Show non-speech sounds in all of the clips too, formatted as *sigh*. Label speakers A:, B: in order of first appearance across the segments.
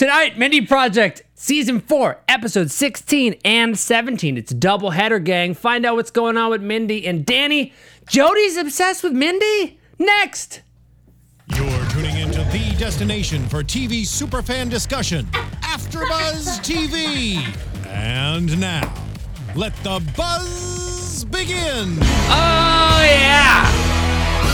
A: Tonight, Mindy Project, Season 4, Episode 16 and 17. It's a double header, gang. Find out what's going on with Mindy and Danny. Jody's obsessed with Mindy? Next!
B: You're tuning into the destination for TV superfan discussion, AfterBuzz TV. And now, let the buzz begin.
A: Oh, yeah!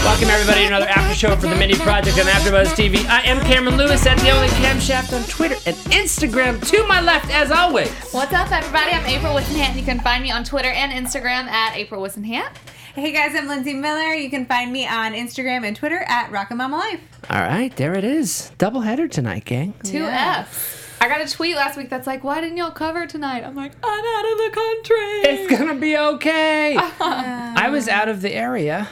A: Welcome, everybody, to another after show for the Mindy Project on AfterBuzz TV. I am Cameron Lewis at the only camshaft on Twitter and Instagram. To my left, as always.
C: What's up, everybody? I'm April Wissenhant. You can find me on Twitter and Instagram at April Wissenhant.
D: Hey guys, I'm Lindsay Miller. You can find me on Instagram and Twitter at Rockin' Mama Life.
A: All right, there it is. Double header tonight, gang.
C: Two F's. I got a tweet last week that's like, "Why didn't y'all cover tonight?" I'm like, "I'm out of the country."
A: It's gonna be
D: *laughs*
A: okay. I was out of the area.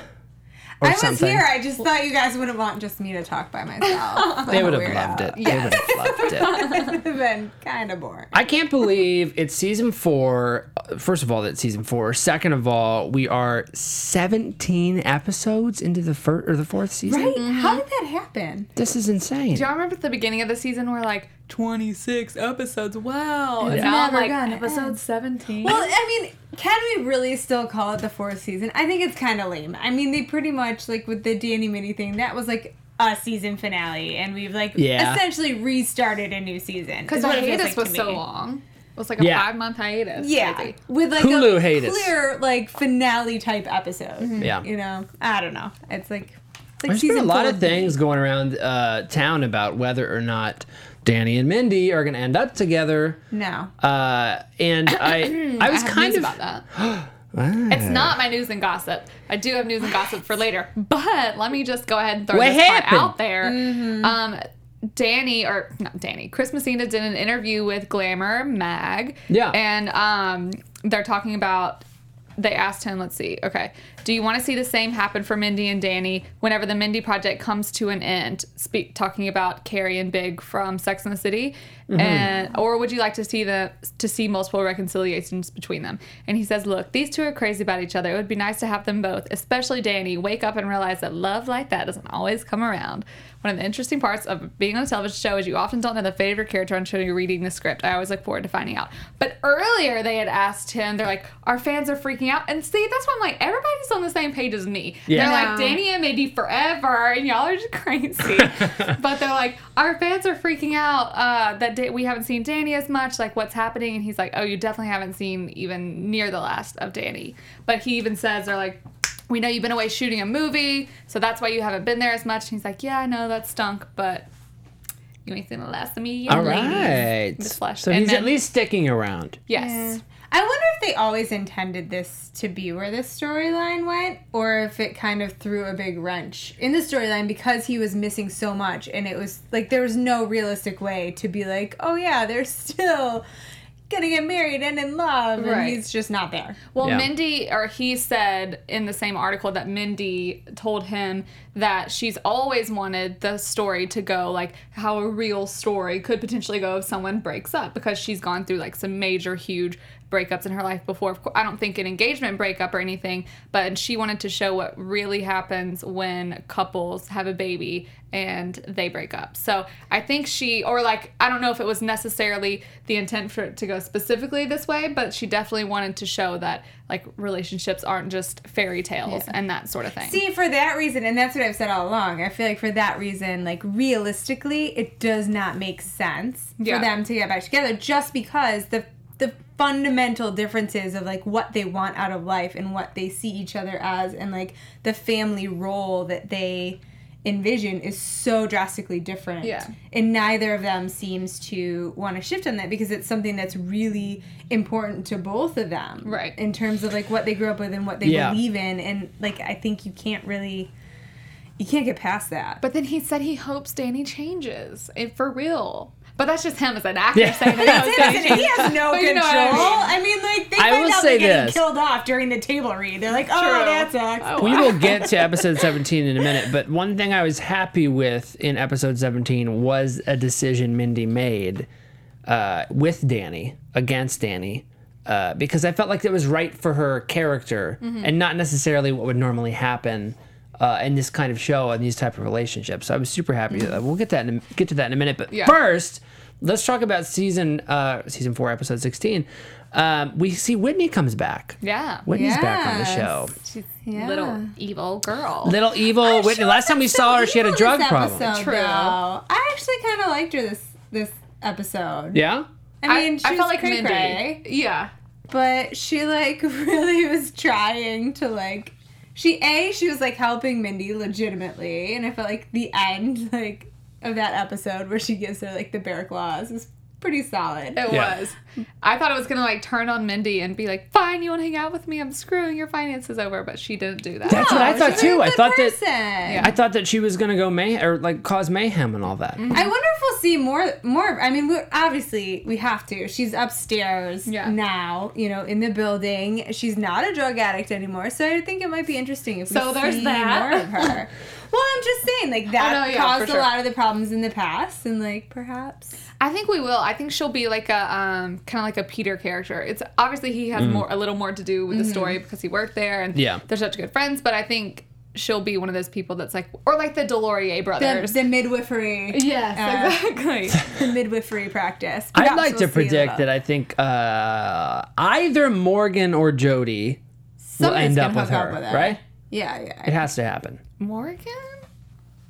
A: Or
D: I was
A: something.
D: here. I just thought you guys wouldn't want just me to talk
A: *laughs*
D: by myself.
A: They would have loved it. They would have
C: *laughs*
A: loved it.
D: *laughs* it would have been kind of boring.
A: I can't believe it's season four. First of all, that's season four. Second of all, we are 17 episodes into the first or the fourth season.
D: Right?
C: mm-hmm.
D: How did that happen?
A: This is insane.
C: Do y'all remember at the beginning of the season we're like 26 episodes? Wow. And
D: Oh, It's
C: now I'm
D: never
C: Oh, like eh.
D: gonna
C: episode
D: end.
C: 17.
D: Well, I mean, can we really still call it the fourth season? I think it's kind of lame. I mean, they pretty much like with the Danny Mini thing. That was like a season finale, and we've like
A: Yeah.
D: essentially restarted a new season.
C: Because
D: is
C: the
D: what it feels
C: hiatus
D: like to
C: was so
D: me.
C: long. It was like a
A: Yeah.
C: five month hiatus.
D: Yeah,
C: maybe.
D: with like
A: Hulu
D: a
A: hiatus.
D: clear like finale type episode.
C: Mm-hmm.
A: Yeah.
D: you know, I don't know. It's like, it's like
A: There's been a
D: season
A: lot
D: four.
A: of things going around uh, town about whether or not Danny and Mindy are going to end up together.
D: No,
A: Uh,
C: *coughs*
A: and I, I was
C: Mm, I have
A: kind
C: news
A: of
C: about that. It's not my news and gossip. I do have news and gossip for later, but let me just go ahead and throw
A: What
C: this part
A: happened?
C: out there. Um, Danny or not Danny, Chris Messina did an interview with Glamour Mag.
A: Yeah.
C: and um, they're talking about. They asked him, let's see, okay, do you want to see the same happen for Mindy and Danny whenever the Mindy project comes to an end? Speak talking about Carrie and Big from Sex and the City, and or would you like to see the to see multiple reconciliations between them? And he says, look, these two are crazy about each other. It would be nice to have them both, especially Danny, wake up and realize that love like that doesn't always come around. One of the interesting parts of being on a television show is you often don't know the favorite character until you're reading the script. I always look forward to finding out. But earlier they had asked him, they're like, our fans are freaking out. And see, that's why I'm like, everybody's on the same page as me.
A: Yeah.
C: They're
D: Yeah.
C: like, Danny and Mindy forever, and y'all are just
A: *laughs*
C: crazy. but they're like, our fans are freaking out uh, that da- we haven't seen Danny as much. Like, what's happening? And he's like, oh, you definitely haven't seen even near the last of Danny. But he even says, they're like, we know you've been away shooting a movie, so that's why you haven't been there as much. And he's like, yeah, I know that stunk, but you ain't seen the last of me yet.
A: All
C: ladies."
A: right.
C: Miss Flesh.
A: So
C: And
A: he's
C: then-
A: at least sticking around.
D: Yeah.
C: Yes.
D: I wonder if they always intended this to be where this storyline went, or if it kind of threw a big wrench in the storyline because he was missing so much, and it was like there was no realistic way to be like, oh yeah, they're *laughs* still gonna get married and in love,
C: Right.
D: and he's just not there.
C: Well,
A: Yeah.
C: Mindy, or he said in the same article that Mindy told him that she's always wanted the story to go like how a real story could potentially go if someone breaks up because she's gone through like some major, huge breakups in her life before. Of course, I don't think an engagement breakup or anything, but she wanted to show what really happens when couples have a baby and they break up. So I think she, or like, I don't know if it was necessarily the intent for it to go specifically this way, but she definitely wanted to show that like relationships aren't just fairy tales and that sort of thing.
D: See, for that reason, and that's what I've said all along, I feel like for that reason, like realistically, it does not make sense
C: Yeah.
D: for them to get back together just because the the fundamental differences of like what they want out of life and what they see each other as and like the family role that they envision is so drastically different.
C: Yeah.
D: And neither of them seems to want to shift on that because it's something that's really important to both of them.
C: Right.
D: In terms of like what they grew up with and what they
A: Yeah.
D: believe in and like i think you can't really you can't get past that
C: But then he said he hopes Danny changes, and for real. But that's just him as an actor
A: Yeah.
C: *laughs* saying that. he hopes Danny
D: he has no
C: But
D: control
C: you know what I
D: I, mean. like they
A: I
D: find
A: will
D: out
A: say
D: they're getting
A: this.
D: killed off during the table read they're like oh
C: True.
D: that sucks
C: Oh, *laughs*
A: We
C: wow.
A: will get to
C: *laughs*
A: episode 17 in a minute, but one thing I was happy with in episode 17 was a decision Mindy made uh, with Danny, against Danny, uh, because I felt like it was right for her character
C: Mm-hmm.
A: and not necessarily what would normally happen. Uh, in this kind of show and these type of relationships, so I was super happy. That, we'll get that in a, get to that in a minute, but
C: Mm-hmm. Yeah.
A: first let's talk about season uh, season four, episode sixteen. Um, we see Whitney comes back.
C: Yeah.
A: Whitney's back on the
D: Yes.
A: show.
D: She's- yeah.
C: Little evil girl.
A: Little evil
D: Oh,
A: Whitney.
D: she
A: Last time we
D: wasn't
A: saw
D: so
A: her, she had a
D: evil
A: drug
D: this
A: problem.
D: episode,
C: True.
D: though. I actually kind of liked her this this episode.
A: Yeah.
D: I mean, she was cray
C: Mindy.
D: cray,
C: Yeah.
D: but she like *laughs* really was trying to like. She a she was like helping Mindy legitimately, and I felt like the end like of that episode where she gives her like the bear claws is pretty solid.
C: It
A: Yeah.
C: was. I thought it was gonna like turn on Mindy and be like, "Fine, you want to hang out with me? I'm screwing your finances over." But she didn't do that.
A: That's what I
D: Oh,
A: thought
D: she's a
A: too. I
D: good
A: thought that
D: person. Yeah.
A: I thought that she was gonna go may or like cause mayhem and all that.
D: I wonder if we'll see more. More. of- I mean, we're obviously we have to. She's upstairs
C: Yeah.
D: now. You know, in the building. She's not a drug addict anymore, so I think it might be interesting if
C: So
D: we
C: there's
D: see
C: that. Oh,
D: more of her.
C: *laughs*
D: well, I'm just saying, like that
C: no, yeah,
D: caused
C: for
D: a
C: sure.
D: lot of the problems in the past, and like perhaps
C: I think we will. I think she'll be like a um, kind of like a Peter character. It's obviously he has more a little more to do with the story because he worked there and
A: Mm. Yeah.
C: they're such good friends. But I think she'll be one of those people that's like, or like the Delorier
D: the,
C: brothers. Uh,
D: the midwifery. uh,
C: yes, exactly.
D: The midwifery practice.
A: I'd
D: Perhaps
A: like to
D: we'll see a
A: predict
D: little.
A: that I think uh, either Morgan or Jody will
D: Somebody's
A: end
D: gonna
A: up with
D: hook up
A: her,
D: with her.
A: right?
D: Yeah,
A: It
D: yeah.
A: has to happen.
C: *laughs* Morgan.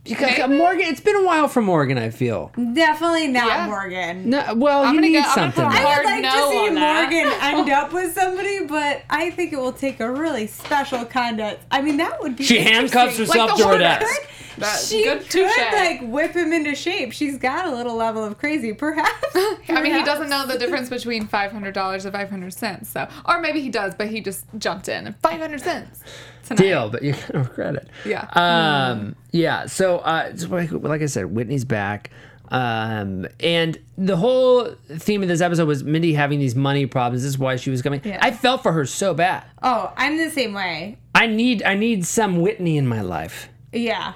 A: Because uh, Morgan, it's been a while for Morgan. I feel.
D: Definitely not
C: Yeah.
D: Morgan.
A: No, well, you
C: gonna
A: need
C: go- I'm gonna
A: something.
C: put a
D: I
C: hard
D: would like
C: no
D: to see
C: on that.
D: Morgan
C: *laughs*
D: end up with somebody, but I think it will take a really special kind of. I mean, that would be.
A: She handcuffs
D: interesting.
A: herself
C: Like
A: to
C: the
A: her
C: hornet.
A: desk.
C: That-
D: she
C: good
D: could
C: touche.
D: like whip him into shape. She's got a little level of crazy, perhaps.
C: *laughs* I mean, he doesn't know the difference between five hundred dollars and five hundred cents. So, or maybe he does, but he just jumped in five hundred cents. Tonight.
A: Deal, but you're gonna regret it.
C: Yeah.
A: Um, yeah. So, uh, so like, like I said, Whitney's back. Um, and the whole theme of this episode was Mindy having these money problems. This is why she was coming.
D: Yeah.
A: I felt for her so bad.
D: Oh, I'm the same way.
A: I need I need some Whitney in my life.
D: Yeah.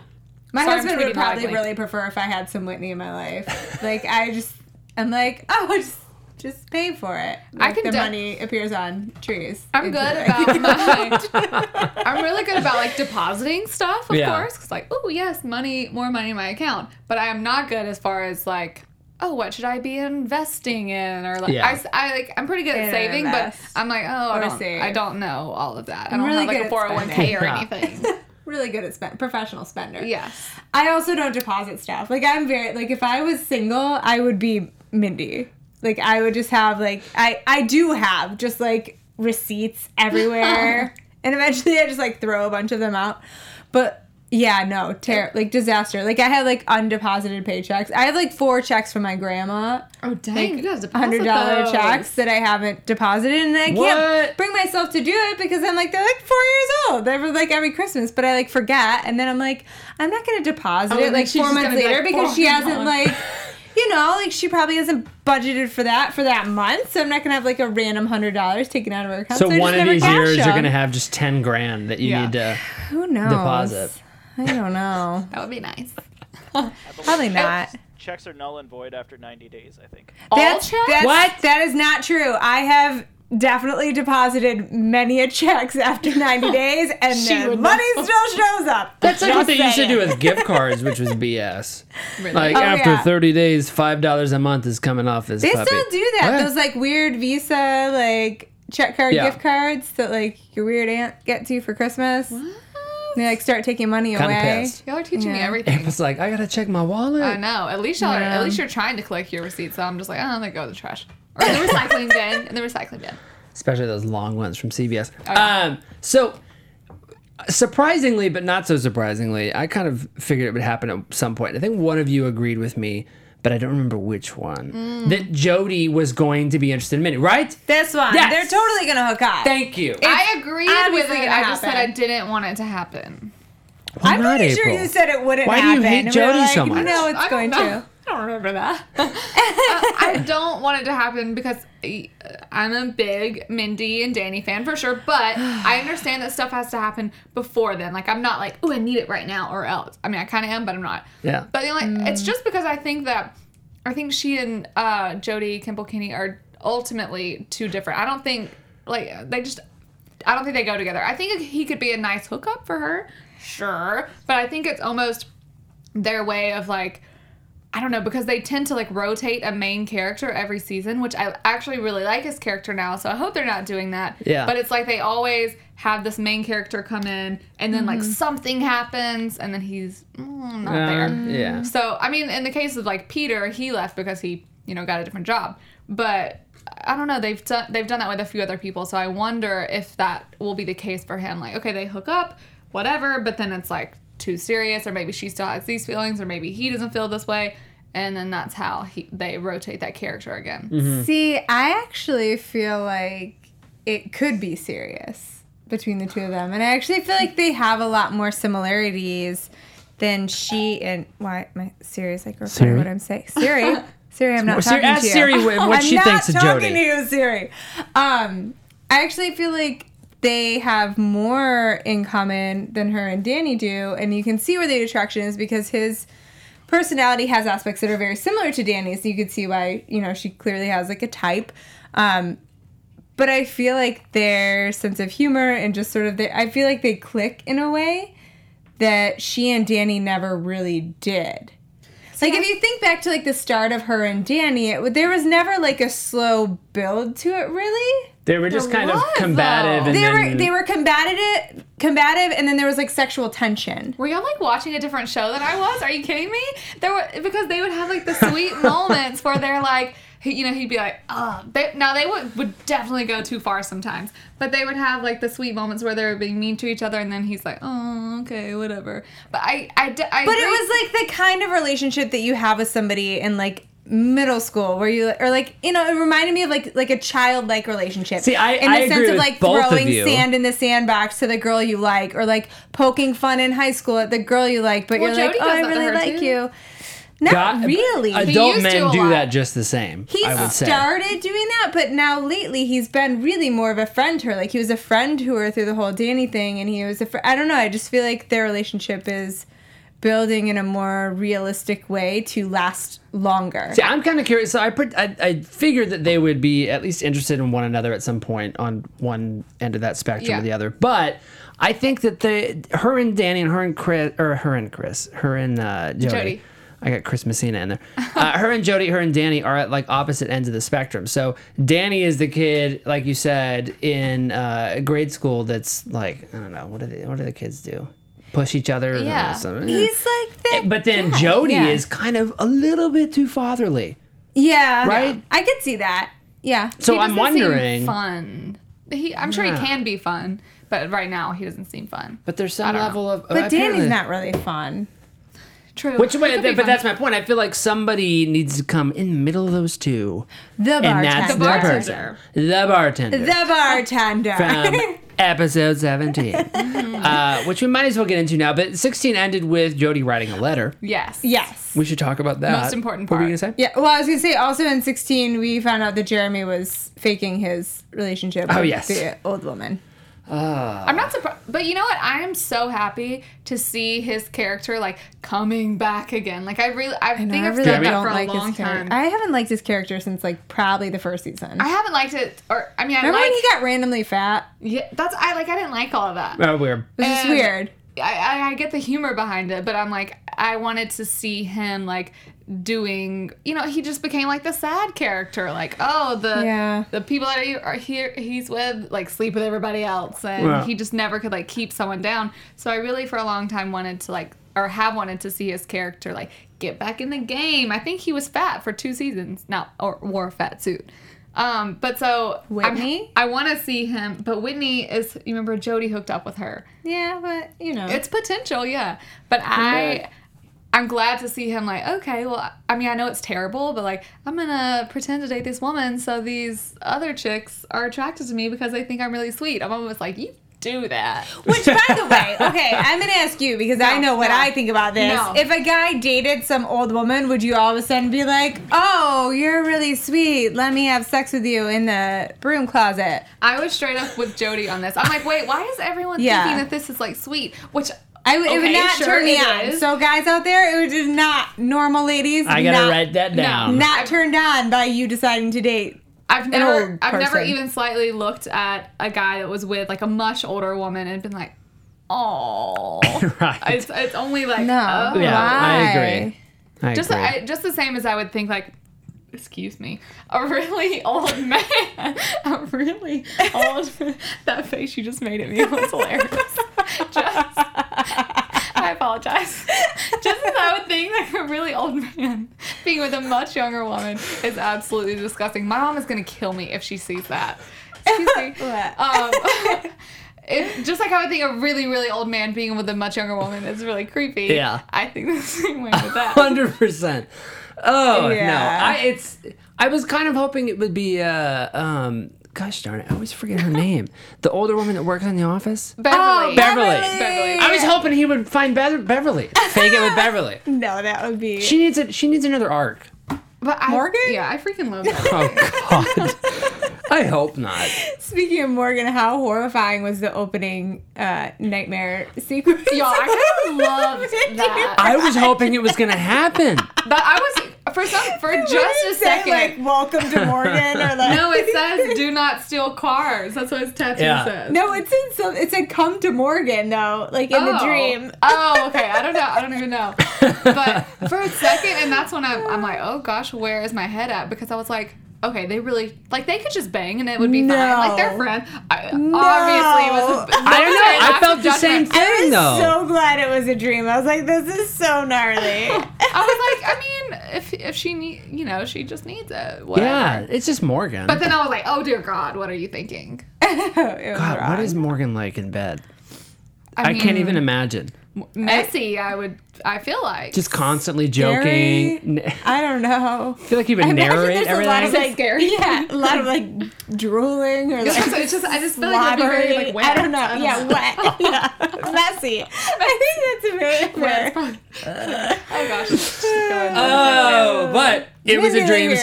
D: My
C: Sorry, I'm
D: husband would
C: tweeting
D: probably
C: loudly.
D: really prefer if I had some Whitney in my life. like I just, I'm like, oh, *laughs* just, just pay for it.
C: I
D: Like,
C: can
D: the
C: def-
D: money appears on trees.
C: I'm
D: It's
C: good
D: like-
C: about my. I'm really good about like depositing stuff, of
A: Yeah.
C: course. Cause like, oh yes, money, more money in my account. But I am not good as far as like, oh, what should I be investing in? Or like,
A: Yeah.
C: I s I like, I'm pretty good at
D: Yeah,
C: saving,
D: invest.
C: but I'm like, oh, I
D: Or
C: don't,
D: save.
C: I don't know all of that. I
D: I'm
C: don't
D: really
C: have
D: good at
C: like a 401k or
A: spending.
C: anything.
D: *laughs* *laughs* really good at spend professional spender.
C: yes.
D: I also don't deposit stuff. Like I'm very like if I was single, I would be Mindy. Like I would just have like I I do have just like receipts everywhere. and eventually I just like throw a bunch of them out. But yeah, no, ter- like disaster. Like I had like undeposited paychecks. I have like four checks from my grandma,
C: Oh dang, you guys deposit
D: hundred dollar
C: those.
D: checks that I haven't deposited, and I
A: What?
D: can't bring myself to do it because I'm like they're like four years old. They're like every Christmas, but I like forget, and then I'm like I'm not gonna deposit
C: Oh, and
D: it
C: then
D: like
C: she's
D: four
C: just
D: months
C: gonna be
D: later
C: like,
D: because she
C: "Oh,
D: hasn't
C: God."
D: like.
C: *laughs*
D: You know, like she probably hasn't budgeted for that for that month, so I'm not gonna have like a random hundred dollars taken out of her account.
A: So
D: I just
A: one of
D: never
A: these
D: cash
A: years, you're
D: them. Oh,
A: gonna have just ten grand that you
C: Yeah.
A: need
D: *laughs*
A: to
D: who knows
A: deposit.
D: I don't know.
C: That would be nice. *laughs*
D: Probably not.
E: Checks are null and void after 90 days, I think.
D: That's,
C: all checks?
D: that's-
A: What?
D: That is not true. I have definitely deposited many a checks after *laughs* 90 days, and
C: She
D: the
C: would
D: money still shows up.
A: That's like what
D: Just
A: they used to do
D: saying.
A: with gift cards, which
D: *laughs*
A: was BS.
C: Really.
A: Like
D: Oh,
A: after
D: yeah.
A: 30 days, five dollars a month is coming off this.
D: They
A: puppy.
D: still do that.
A: What?
D: Those like weird Visa like check card
A: Yeah.
D: gift cards that like your weird aunt gets you for Christmas. They like start taking money
A: Kinda
D: away.
A: pissed.
C: Y'all are teaching me
D: Yeah.
C: everything.
A: It's like I gotta check my wallet.
C: I know. At least y'all are, at least you're trying to collect your receipts. So I'm just like, oh, they go in the trash or in the recycling bin. In the recycling bin.
A: especially those long ones from CVS.
D: Oh,
A: Um, so surprisingly, but not so surprisingly, I kind of figured it would happen at some point. I think one of you agreed with me, but I don't remember which one.
D: Mm.
A: That Jody was going to be interested in Minnie, right?
D: This one.
A: Yes.
D: They're totally gonna hook up.
A: Thank you.
C: I agreed with
D: obviously
C: it.
D: gonna
C: I just said I
D: happen.
C: didn't want it to happen.
A: Why
D: I'm
A: not
D: pretty sure
A: April?
D: you said it wouldn't
A: Why do you
D: happen.
A: hate
D: and we're
A: Jody so
D: like,
A: much?
D: No, it's
C: I don't
D: going
C: know.
D: to.
C: I don't remember that. I, I don't want it to happen because I- I'm a big Mindy and Danny fan for sure, but I understand that stuff has to happen before then. Like I'm not like, oh, I need it right now or else. I mean, I kind of am, but I'm not.
A: Yeah.
C: But the only it's just because I think that I think she and uh, Jody Kimble Kinney are ultimately too different. I don't think like they just. I don't think they go together. I think he could be a nice hookup for her, sure, but I think it's almost their way of like I don't know because they tend to like rotate a main character every season, which I actually really like his character now. So I hope they're not doing that.
A: Yeah.
C: But it's like they always have this main character come in, and then like something happens, and then he's mm, not
A: Uh,
C: there.
A: Mm-hmm. yeah.
D: Mm.
C: So I mean, in the case of like Peter, he left because he you know got a different job, but. I don't know. They've done they've done that with a few other people, so I wonder if that will be the case for him. Like, okay, they hook up, whatever, but then it's like too serious, or maybe she still has these feelings, or maybe he doesn't feel this way, and then that's how he, they rotate that character again.
D: See, I actually feel like it could be serious between the two of them, and I actually feel like they have a lot more similarities than she and why my Siri's like recording
A: Siri?
D: what I'm saying. Siri, Siri, I'm not
A: *laughs* Siri-
D: talking
A: ask
D: to you.
A: Siri what- what
D: I'm
A: she
D: not
A: thinks of
D: talking
A: Jody.
D: to you, Siri. Um, I actually feel like they have more in common than her and Danny do, and you can see where the attraction is because his personality has aspects that are very similar to Danny's. You could see why, you know, she clearly has like a type. Um, but I feel like their sense of humor and just sort of their, I feel like they click in a way that she and Danny never really did. Like if you think back to like the start of her and Danny, it, there was never like a slow build to it really.
A: They were just kind of
C: was,
A: combative
C: though.
A: and
D: They
A: then
D: were they were combative combative and then there was like sexual tension.
C: Were y'all like watching a different show than I was? Are you kidding me? There were because they would have like the *laughs* sweet moments where they're like, he- you know, he'd be like, oh, they, now they would would definitely go too far sometimes, but they would have like the sweet moments where they were being mean to each other, and then he's like, oh, okay, whatever. But I, I, d- I
D: But
C: agree-
D: it was like the kind of relationship that you have with somebody in like middle school where you or like you know it reminded me of like like a childlike relationship
A: See, I-
D: in the
A: I
D: sense
A: agree
D: of
A: with
D: like
A: both of
D: throwing
A: you.
D: sand in the sandbox to the girl you like or like poking fun in high school at the girl you like but
C: Well,
D: you're
C: Jody
D: like oh
C: does
D: i
C: that to
D: really
C: her,
D: like
C: too.
D: you not
A: God-
D: really
C: He
A: Adult
C: used to
A: men
C: a
A: do
C: lot.
A: that just the same.
D: he
A: I would say.
D: started doing that, but now lately he's been really more of a friend to her. Like he was a friend to her through the whole Danny thing, and he was a friend. I don't know. I just feel like their relationship is building in a more realistic way to last longer.
A: See, I'm kind of curious. So I put, I, I figured that they would be at least interested in one another at some point on one end of that spectrum
C: Yeah.
A: or the other. But I think that the her and Danny and her and Chris or her and Chris, her and uh, Jody.
C: Jody.
A: I got Chris Messina in there. *laughs* Uh, her and Jody, her and Danny are at like opposite ends of the spectrum. So Danny is the kid, like you said, in uh, grade school. That's like I don't know what do they, what do the kids do? Push each other. or
C: Yeah.
A: something.
D: He's like that.
A: Eh, But then
D: guy.
A: Jody
D: Yeah.
A: is kind of a little bit too fatherly.
D: yeah,
A: Right?
D: I could see that. Yeah.
A: So
C: He
A: I'm
C: doesn't seem
A: wondering.
C: fun. He, I'm sure
A: Yeah.
C: he can be fun, but right now he doesn't seem fun.
A: But there's some
C: don't know.
A: level of.
D: But Danny's
A: apparently-
D: not really fun.
C: True.
A: Which way?
C: He could be
A: But
C: fun.
A: that's my point. I feel like somebody needs to come in the middle of those two,
D: The bartender.
A: and that's the,
C: The bartender.
A: person, the bartender
D: The bartender.
A: from
C: *laughs*
A: episode 17,
C: Mm-hmm.
A: uh, which we might as well get into now. But 16 ended with Jody writing a letter.
C: yes.
D: *laughs* yes.
A: We should talk about that.
C: Most important
A: What were you gonna
C: part.
A: say?
D: Yeah, well, I was gonna say also in 16 we found out that Jeremy was faking his relationship.
A: Oh,
D: with
A: yes.
D: the old woman.
A: Ah,
C: I'm not surprised, but you know what? I am so happy to see his character like coming back again. Like I really, I, think I've said that for a long
D: his
C: time.
D: character.
C: I,
D: I haven't liked his character since like probably the first season.
C: haven't liked it, or I mean, I
D: Remember
C: like.
D: when he got randomly fat?
C: yeah, that's I like. I didn't like all of that.
A: Oh, we're
D: It was just
C: And-
D: weird.
C: I, I, I get the humor behind it, but I'm like, I wanted to see him like doing, you know, he just became like the sad character, like oh the
D: Yeah.
C: the people that he, are here he's with like sleep with everybody else, and
A: Yeah.
C: he just never could like keep someone down. So I really for a long time wanted to like or have wanted to see his character like get back in the game. I think he was fat for two seasons, not or wore a fat suit. Um, but so I'm-
D: Whitney?
C: I want to see him, but Whitney is you remember Jody hooked up with her.
D: Yeah, but you know,
C: It's potential, yeah. But I, I'm glad to see him like, okay, well, I mean, I know it's terrible, but like, I'm gonna pretend to date this woman so these other chicks are attracted to me because they think I'm really sweet. I'm almost like, you do that.
D: *laughs* which by the
C: *laughs*
D: way, okay, I'm gonna ask you because I
C: No,
D: know what
C: no.
D: I think about this.
C: No.
D: If a guy dated some old woman, would you all of a sudden be like, "Oh, you're really sweet. Let me have sex with you in the broom closet"?
C: I was straight up with Jody on this. I'm like, wait, why is everyone
D: Yeah.
C: thinking that this is like sweet? Which
D: I w- it would
C: Okay,
D: not
C: sure
D: turn me
C: it
D: on.
C: is.
D: So guys out there, it would just not normal ladies.
A: I gotta
D: not,
A: write that down. *laughs*
D: Not turned on by you deciding to date.
C: I've never,
D: old
C: I've never
D: person.
C: even slightly looked at a guy that was with like a much older woman and been like, oh,
A: Right.
D: *laughs*
C: it's, it's only like,
D: No.
C: oh.
A: yeah, I
D: Why?
A: agree. I
C: just
A: agree.
C: I, just the same as I would think like excuse me a really *laughs* old man a really
A: *laughs*
C: old that face you just made at me was hilarious *laughs*
D: *laughs*
C: just I apologize just as I would think like a really old man being with a much younger woman is absolutely disgusting my mom is gonna kill me if she sees that
A: *laughs*
C: excuse me
D: What?
C: um, it, just like how I think a really, really old man being with a much younger woman is really creepy.
A: Yeah.
C: I think the same way with
A: *laughs*
C: that.
A: hundred percent. Oh
D: Yeah.
A: no, I it's. I was kind of hoping it would be. Uh, um, gosh darn it, I always forget her
D: *laughs*
A: name. The older woman that works in the office.
C: Beverly.
D: Oh,
A: Ah, Beverly.
C: Beverly.
A: I was hoping he would find Be- Beverly. Fake it with
D: *laughs*
A: Beverly.
D: No, that would be.
A: She needs it. She needs another arc.
C: But I,
D: Morgan?
C: Yeah, I freaking love that.
A: Oh God.
D: *laughs*
A: I hope not.
D: Speaking of Morgan, how horrifying was the opening uh, nightmare sequence?
C: Y'all, I
D: *laughs*
C: kind of loved
D: Did
C: that.
A: I was hoping it was gonna happen.
C: But I was for some for
D: *laughs* What
C: just
D: did
C: a
D: it say,
C: second.
D: like "Welcome to Morgan" or
C: *laughs*
D: like
C: no, it
D: *laughs*
C: says do not steal cars. That's what his tattoo
A: Yeah.
C: says.
D: No, it's in some. It said "Come to Morgan" though, like in the
C: Oh.
D: dream.
C: Oh, okay. I don't know. I don't even
D: *laughs*
C: know. But for a second, and that's when I'm, I'm like, oh gosh, where is my head at? Because I was like, okay, they really like they could just bang and it would be fine. Like
D: No.
C: they're friends. I, Obviously, it was. A,
A: I don't know.
C: that was an
A: I
C: act
A: felt
C: of
A: the same
C: judgment.
D: I
A: thing
D: was
A: though.
D: so glad it was a dream. I was like, "This is so
A: *laughs*
D: gnarly." *laughs*
C: I was like, I mean, if if she need, you know, she just needs it.
A: *laughs*
C: Whatever.
A: yeah, it's just Morgan.
C: But then I was like, oh dear God, what are you thinking?
D: It was
A: God, what
D: wrong.
A: is Morgan like in bed? I,
D: Hmm.
A: can't even imagine.
C: messy. I would. I feel like
A: Just constantly
D: Scary?
A: joking.
D: I don't know.
A: I feel like you would
D: imagine
A: narrate
D: there's a lot of
A: everything.
D: like
C: Scary.
D: *laughs* Yeah, a lot of like drooling or
C: It's
D: like
C: just- it's just- I just feel like it'd be very,
D: slobbery.
C: like, wet.
D: I don't know.
C: I don't
D: yeah,
C: know. *laughs*
D: wet. *laughs* Yeah. Messy. I think that's
C: Yeah, it's *laughs*
D: a very fair. Uh,
C: probably- oh gosh. Just *laughs* go ahead.
A: Oh, but it was a
D: Mindy
A: dream
D: Leary,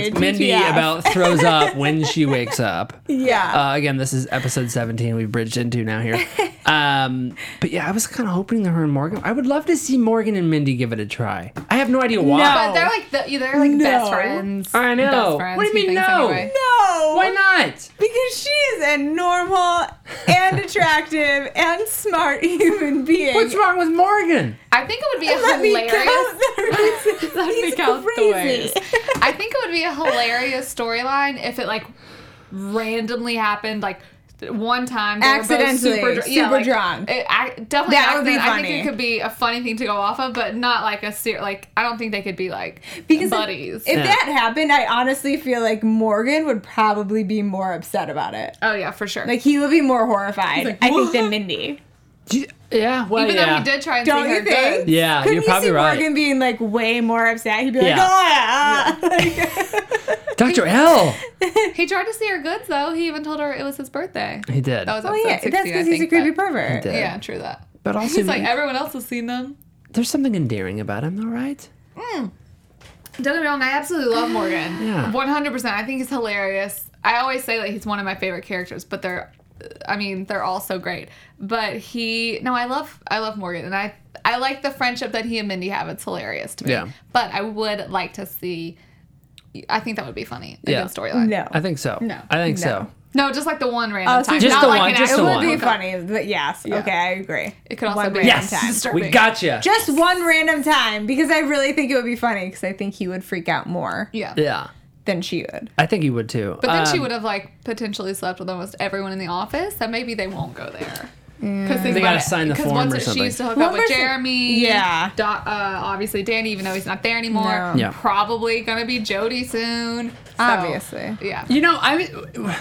A: sequence. Mindy
D: GTF.
A: about throws up when she
C: *laughs*
A: wakes up.
D: Yeah.
A: Uh, again, this is episode 17 we've bridged into now here. Um, but yeah, I was kind of hoping that her and Morgan. I would love to see Morgan and Mindy give it a try. I have no idea why.
C: But they're like the, yeah, they're like
D: No.
C: best friends.
A: I know.
C: Best friends,
A: What do you
C: he
A: mean,
C: thinks,
A: no?
C: anyway.
D: no.
A: Why not?
D: Because she is a normal
A: *laughs*
D: and attractive and smart human being.
A: What's wrong with Morgan?
C: I think it would be a
D: Let me count *laughs*
C: hilarious.
D: the
C: *laughs*
D: reasons.
C: Let me
D: He's
C: count the
D: crazy.
C: ways. I think it would be a hilarious storyline if it like randomly happened, like one time. they were both
D: Accidentally,
C: dr-
D: super drunk.
C: It, I, definitely,
D: That would be
C: accident. I
D: funny.
C: think it could be a funny thing to go off of, but not like a ser- like. I don't think they could be like
D: Because if-
C: buddies.
D: If
A: Yeah.
D: that happened, I honestly feel like Morgan would probably be more upset about it.
C: oh yeah, for sure.
D: Like he would be more horrified,
C: like,
D: I think, than Mindy.
A: Do you- yeah, well,
C: Even though
A: yeah.
C: he did try and
D: Don't
C: see
D: you
C: her good.
D: think?
A: Yeah,
D: Couldn't
A: you're
D: you
A: probably
D: see
A: right.
D: Morgan being like way more upset. He'd be like,
A: Yeah.
D: oh, *laughs* yeah.
A: Dr. L.
C: He tried to see her goods though. He even told her it was his birthday.
A: He did.
C: That was
D: oh
C: *laughs* episode
D: yeah,
C: 60,
D: that's
C: I
D: because he's a
C: think,
D: creepy
C: but-
D: pervert.
A: He did.
C: Yeah, true that.
A: But also,
C: He's like everyone else has seen them.
A: there's something endearing about him, though, right?
C: Don't get me wrong, I absolutely love Morgan.
A: Yeah.
C: One hundred percent. I think he's hilarious. I always say that he's one of my favorite characters, but they're I mean, they're all so great. But he no, I love I love Morgan and I I like the friendship that he and Mindy have. It's hilarious to me.
A: Yeah.
C: But I would like to see I think that would be funny. A
A: Yeah.
C: good storyline.
D: No.
A: I think so.
C: No.
A: I think
D: No.
A: so.
C: No, just like the one random
D: Oh, so
C: time.
D: just
C: Not
A: the
C: like
A: one,
C: an
A: just
D: It
A: the
C: actual
A: one.
D: would be
C: hookup.
D: funny, but yes, okay, I agree.
C: It could also
D: One
C: be
D: random
C: yes.
A: Yes,
D: time.
C: disturbing.
A: we gotcha.
D: Just one random time because I really think it would be funny because I think he would freak out more
C: Yeah.
A: yeah,
D: than she would.
A: I think he would too.
C: But then she
A: Um,
C: would have like potentially slept with almost everyone in the office, so maybe they won't go there. Because
A: They gotta sign the form
C: once
A: or
C: it-
A: something.
C: she used to hook
D: One
C: up with
D: person-
C: Jeremy,
D: Yeah.
C: Do- uh, obviously Danny, even though he's not there anymore.
D: No.
A: Yeah.
C: Probably gonna be Jody soon. So,
D: Obviously.
C: yeah.
A: You know, I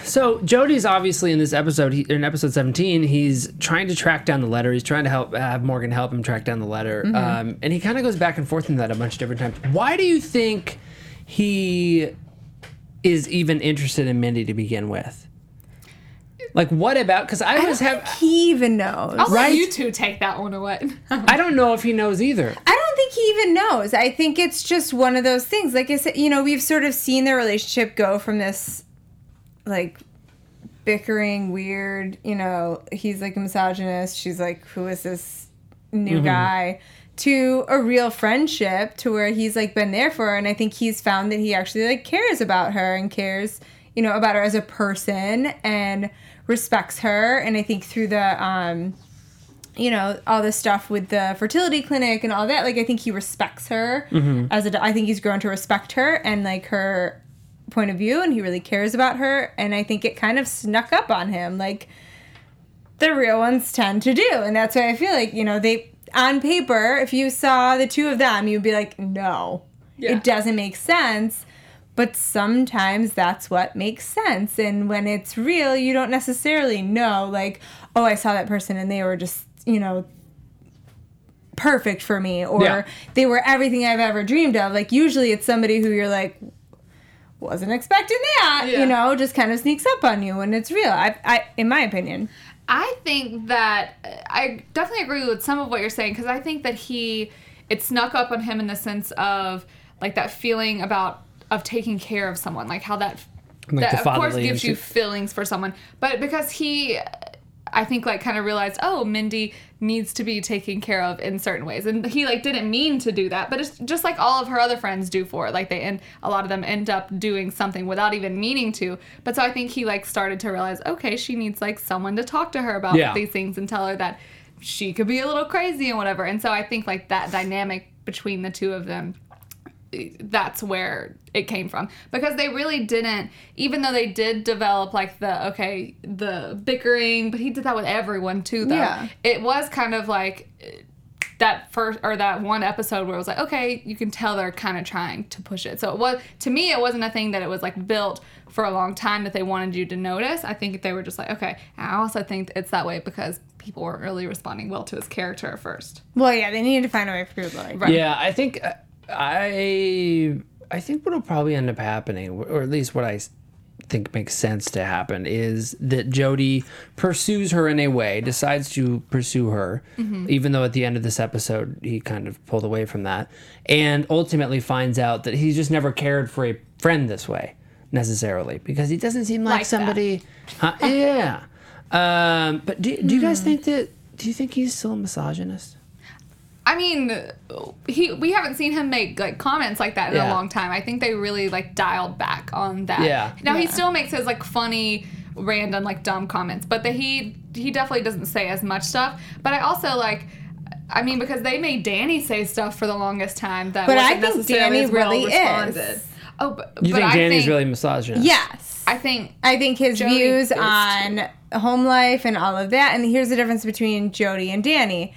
A: so Jody's obviously in this episode. He, in episode seventeen, he's trying to track down the letter. He's trying to help have Morgan help him track down the letter,
C: Mm-hmm.
A: um, and he kind of goes back and forth in that a bunch of different times. Why do you think he is even interested in Mindy to begin with? Like, what about? Because I was have
D: He even knows.
C: I'll
A: Right?
C: let you two take that one away. *laughs*
A: I don't know if he knows either.
D: I don't think he even knows. I think it's just one of those things. Like I said, you know, we've sort of seen their relationship go from this like bickering, weird, you know, he's like a misogynist, she's like, who is this new guy? To a real friendship to where he's like been there for her. And I think he's found that he actually like cares about her and cares, you know, about her as a person and respects her. And I think through the, um, you know all this stuff with the fertility clinic and all that like i think he respects her as a do- i think he's grown to respect her and like her point of view and he really cares about her and i think it kind of snuck up on him like the real ones tend to do and that's why i feel like you know they on paper if you saw the two of them you'd be like no
C: Yeah.
D: it doesn't make sense but sometimes that's what makes sense and when it's real you don't necessarily know like oh i saw that person and they were just you know perfect for me or
A: Yeah.
D: they were everything i've ever dreamed of like usually it's somebody who you're like wasn't expecting that
C: Yeah.
D: you know just kind of sneaks up on you when it's real i, I in my opinion
C: I think that uh, I definitely agree with some of what you're saying because I think that he it snuck up on him in the sense of like that feeling about of taking care of someone, like how that
A: Like the
C: that of course
A: fatherly
C: gives you
A: instinct.
C: feelings for someone, but because he I think like kind of realized oh Mindy needs to be taken care of in certain ways, and he like didn't mean to do that, but it's just like all of her other friends do for it. Like they end a lot of them end up doing something without even meaning to. But so I think he like started to realize okay she needs like someone to talk to her about
A: Yeah.
C: these things and tell her that she could be a little crazy and whatever. And so I think like that dynamic between the two of them that's where it came from because they really didn't even though they did develop like the okay the bickering but he did that with everyone too though
D: Yeah.
C: it was kind of like eh, that first or that one episode where it was like okay you can tell they're kind of trying to push it so it was to me it wasn't a thing that it was like built for a long time that they wanted you to notice i think they were just like okay And i also think it's that way because people weren't really responding well to his character at first
D: well yeah they needed to find a way for people to like
C: Right.
A: Yeah, I think uh, I I think what'll probably end up happening, or at least what I s- think makes sense to happen, is that Jody pursues her in a way, decides to pursue her,
C: Mm-hmm.
A: even though at the end of this episode he kind of pulled away from that, and ultimately finds out that he's just never cared for a friend this way necessarily because he doesn't seem like,
C: Like that. *laughs*
A: somebody. Huh? yeah. Um, but do, do you guys
C: Hmm.
A: think that? Do you think he's still a misogynist?
C: I mean, he we haven't seen him make like comments like that in a
A: Yeah.
C: long time. I think they really like dialed back on that.
A: Yeah.
C: Now he still makes his like funny, random, like dumb comments, but that he he definitely doesn't say as much stuff. But I also like. I mean, because they made Danny say stuff for the longest time that
D: But I
C: wasn't
D: think
C: necessarily
D: Danny
C: as well
D: really is.
C: responded. Oh, but,
A: You
C: but
A: think
C: I
A: Danny's
C: think,
A: really misogynist?
D: yes
C: I think
D: I think his
C: Jody is
D: views
C: too.
D: on home life and all of that. And here's the difference between Jody and Danny.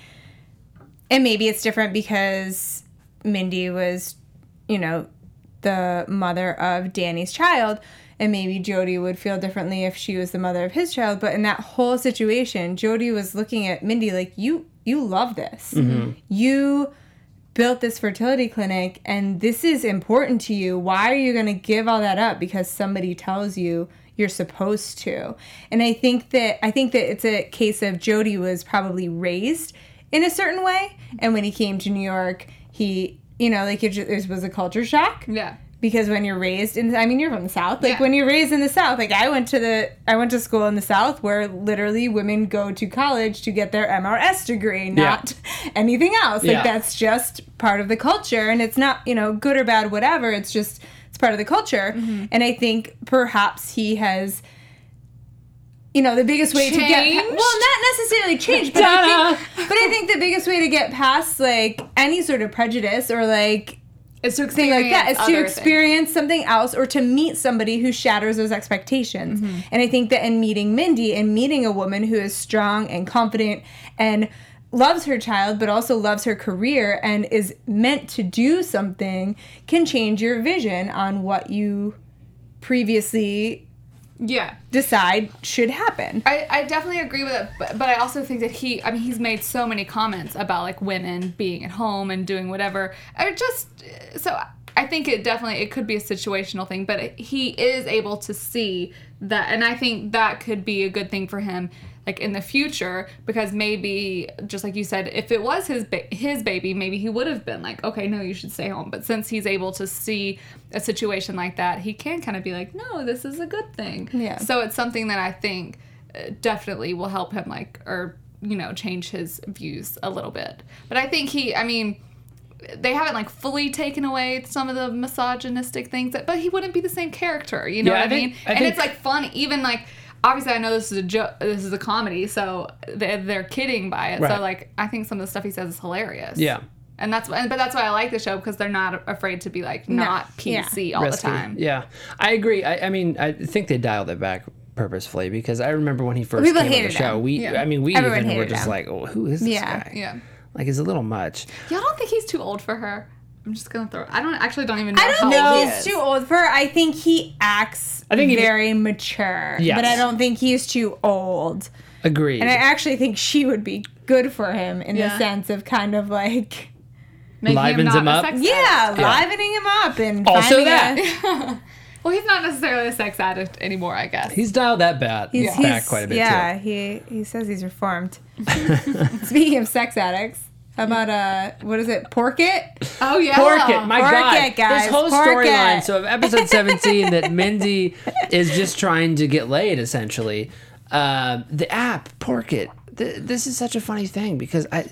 D: And maybe it's different because Mindy was, you know, the mother of Danny's child. And maybe Jody would feel differently if she was the mother of his child. But in that whole situation, Jody was looking at Mindy like, you, you love this. You built this fertility clinic and this is important to you. Why are you going to give all that up because somebody tells you you're supposed to? And I think that I think that it's a case of Jody was probably raised in a certain way and when he came to New York, he you know, like it, ju- it was a culture shock
C: yeah.
D: because when you're raised in I mean you're from the south like
C: Yeah.
D: when you're raised in the south like I went to the I went to school in the south where literally women go to college to get their MRS degree not anything else like
A: Yeah.
D: that's just part of the culture and it's not you know good or bad whatever it's just it's part of the culture
C: Mm-hmm.
D: and I think perhaps he has you know the biggest way to get
C: Changed?
D: well not necessarily changed but
C: *laughs*
D: I think but I think the biggest way to get past like any sort of prejudice or like
C: It's to
D: thing
C: experience
D: like that is to
C: other things.
D: experience something else or to meet somebody who shatters those expectations.
C: Mm-hmm.
D: And I think that in meeting Mindy and meeting a woman who is strong and confident and loves her child but also loves her career and is meant to do something can change your vision on what you previously
C: Yeah.
D: decide should happen.
C: I, I definitely agree with it, but, but I also think that he, I mean, he's made so many comments about like women being at home and doing whatever. I just, so I think it definitely, it could be a situational thing, but he is able to see that. And I think that could be a good thing for him, like in the future, because maybe, just like you said, if it was his, ba- his baby, maybe he would have been like, okay, no, you should stay home. But since he's able to see a situation like that, he can kind of be like, no, this is a good thing.
D: Yeah.
C: So it's something that I think uh, definitely will help him like or you know change his views a little bit but i think he i mean they haven't like fully taken away some of the misogynistic things that, but he wouldn't be the same character you know
A: Yeah,
C: what
A: I
C: i,
A: think-
C: mean
A: I
C: and
A: think-
C: it's like fun even like obviously I know this is a joke. This is a comedy, so they're, they're kidding by it.
A: Right.
C: So like I think some of the stuff he says is hilarious.
A: Yeah.
C: And that's and- but that's why I like the show because they're not afraid to be like not
D: Yeah.
C: PC all
A: Risky.
C: the time.
A: Yeah, I agree. I, I mean, I think they dialed it back purposefully because I remember when he first
D: People
A: came on the
D: hated
A: show.
D: him.
A: We,
C: Yeah.
A: I mean, we
D: Everyone
A: even were
D: hated
A: just
D: him.
A: like, oh, who is this
D: Yeah.
A: guy?
C: Yeah.
A: Like, he's a little much.
C: Y'all don't think he's too old for her? I'm just gonna throw. I don't actually don't even know.
D: I don't
C: how old he
D: think he's
C: is.
D: too old for. her. I think he acts
A: I think he-
D: very mature,
A: Yes.
D: but I don't think he's too old.
A: Agreed.
D: And I actually think she would be good for him in
C: Yeah.
D: the sense of kind of like, uh,
C: Making
A: Livens him up.
C: not A sex
D: yeah,
C: addict.
D: livening him up and
A: Also
D: finding *laughs*
A: that.
D: a-
C: Well, he's not necessarily a sex addict anymore, I guess.
A: he's dialed that bat
D: he's,
A: back
D: he's-
A: quite a bit
D: Yeah,
A: too.
D: he he says
A: *laughs*
D: he's reformed. Speaking of sex addicts, how about uh, what is it, Pork It?
C: *laughs* oh yeah.
A: Pork it, my
D: Pork
A: God!
D: it, guys,
A: This whole
D: pork
A: storyline.
D: it.
A: So of episode seventeen, that Mindy is just trying to get laid. Essentially, Um the app Pork It. Th- this is such a funny thing because I,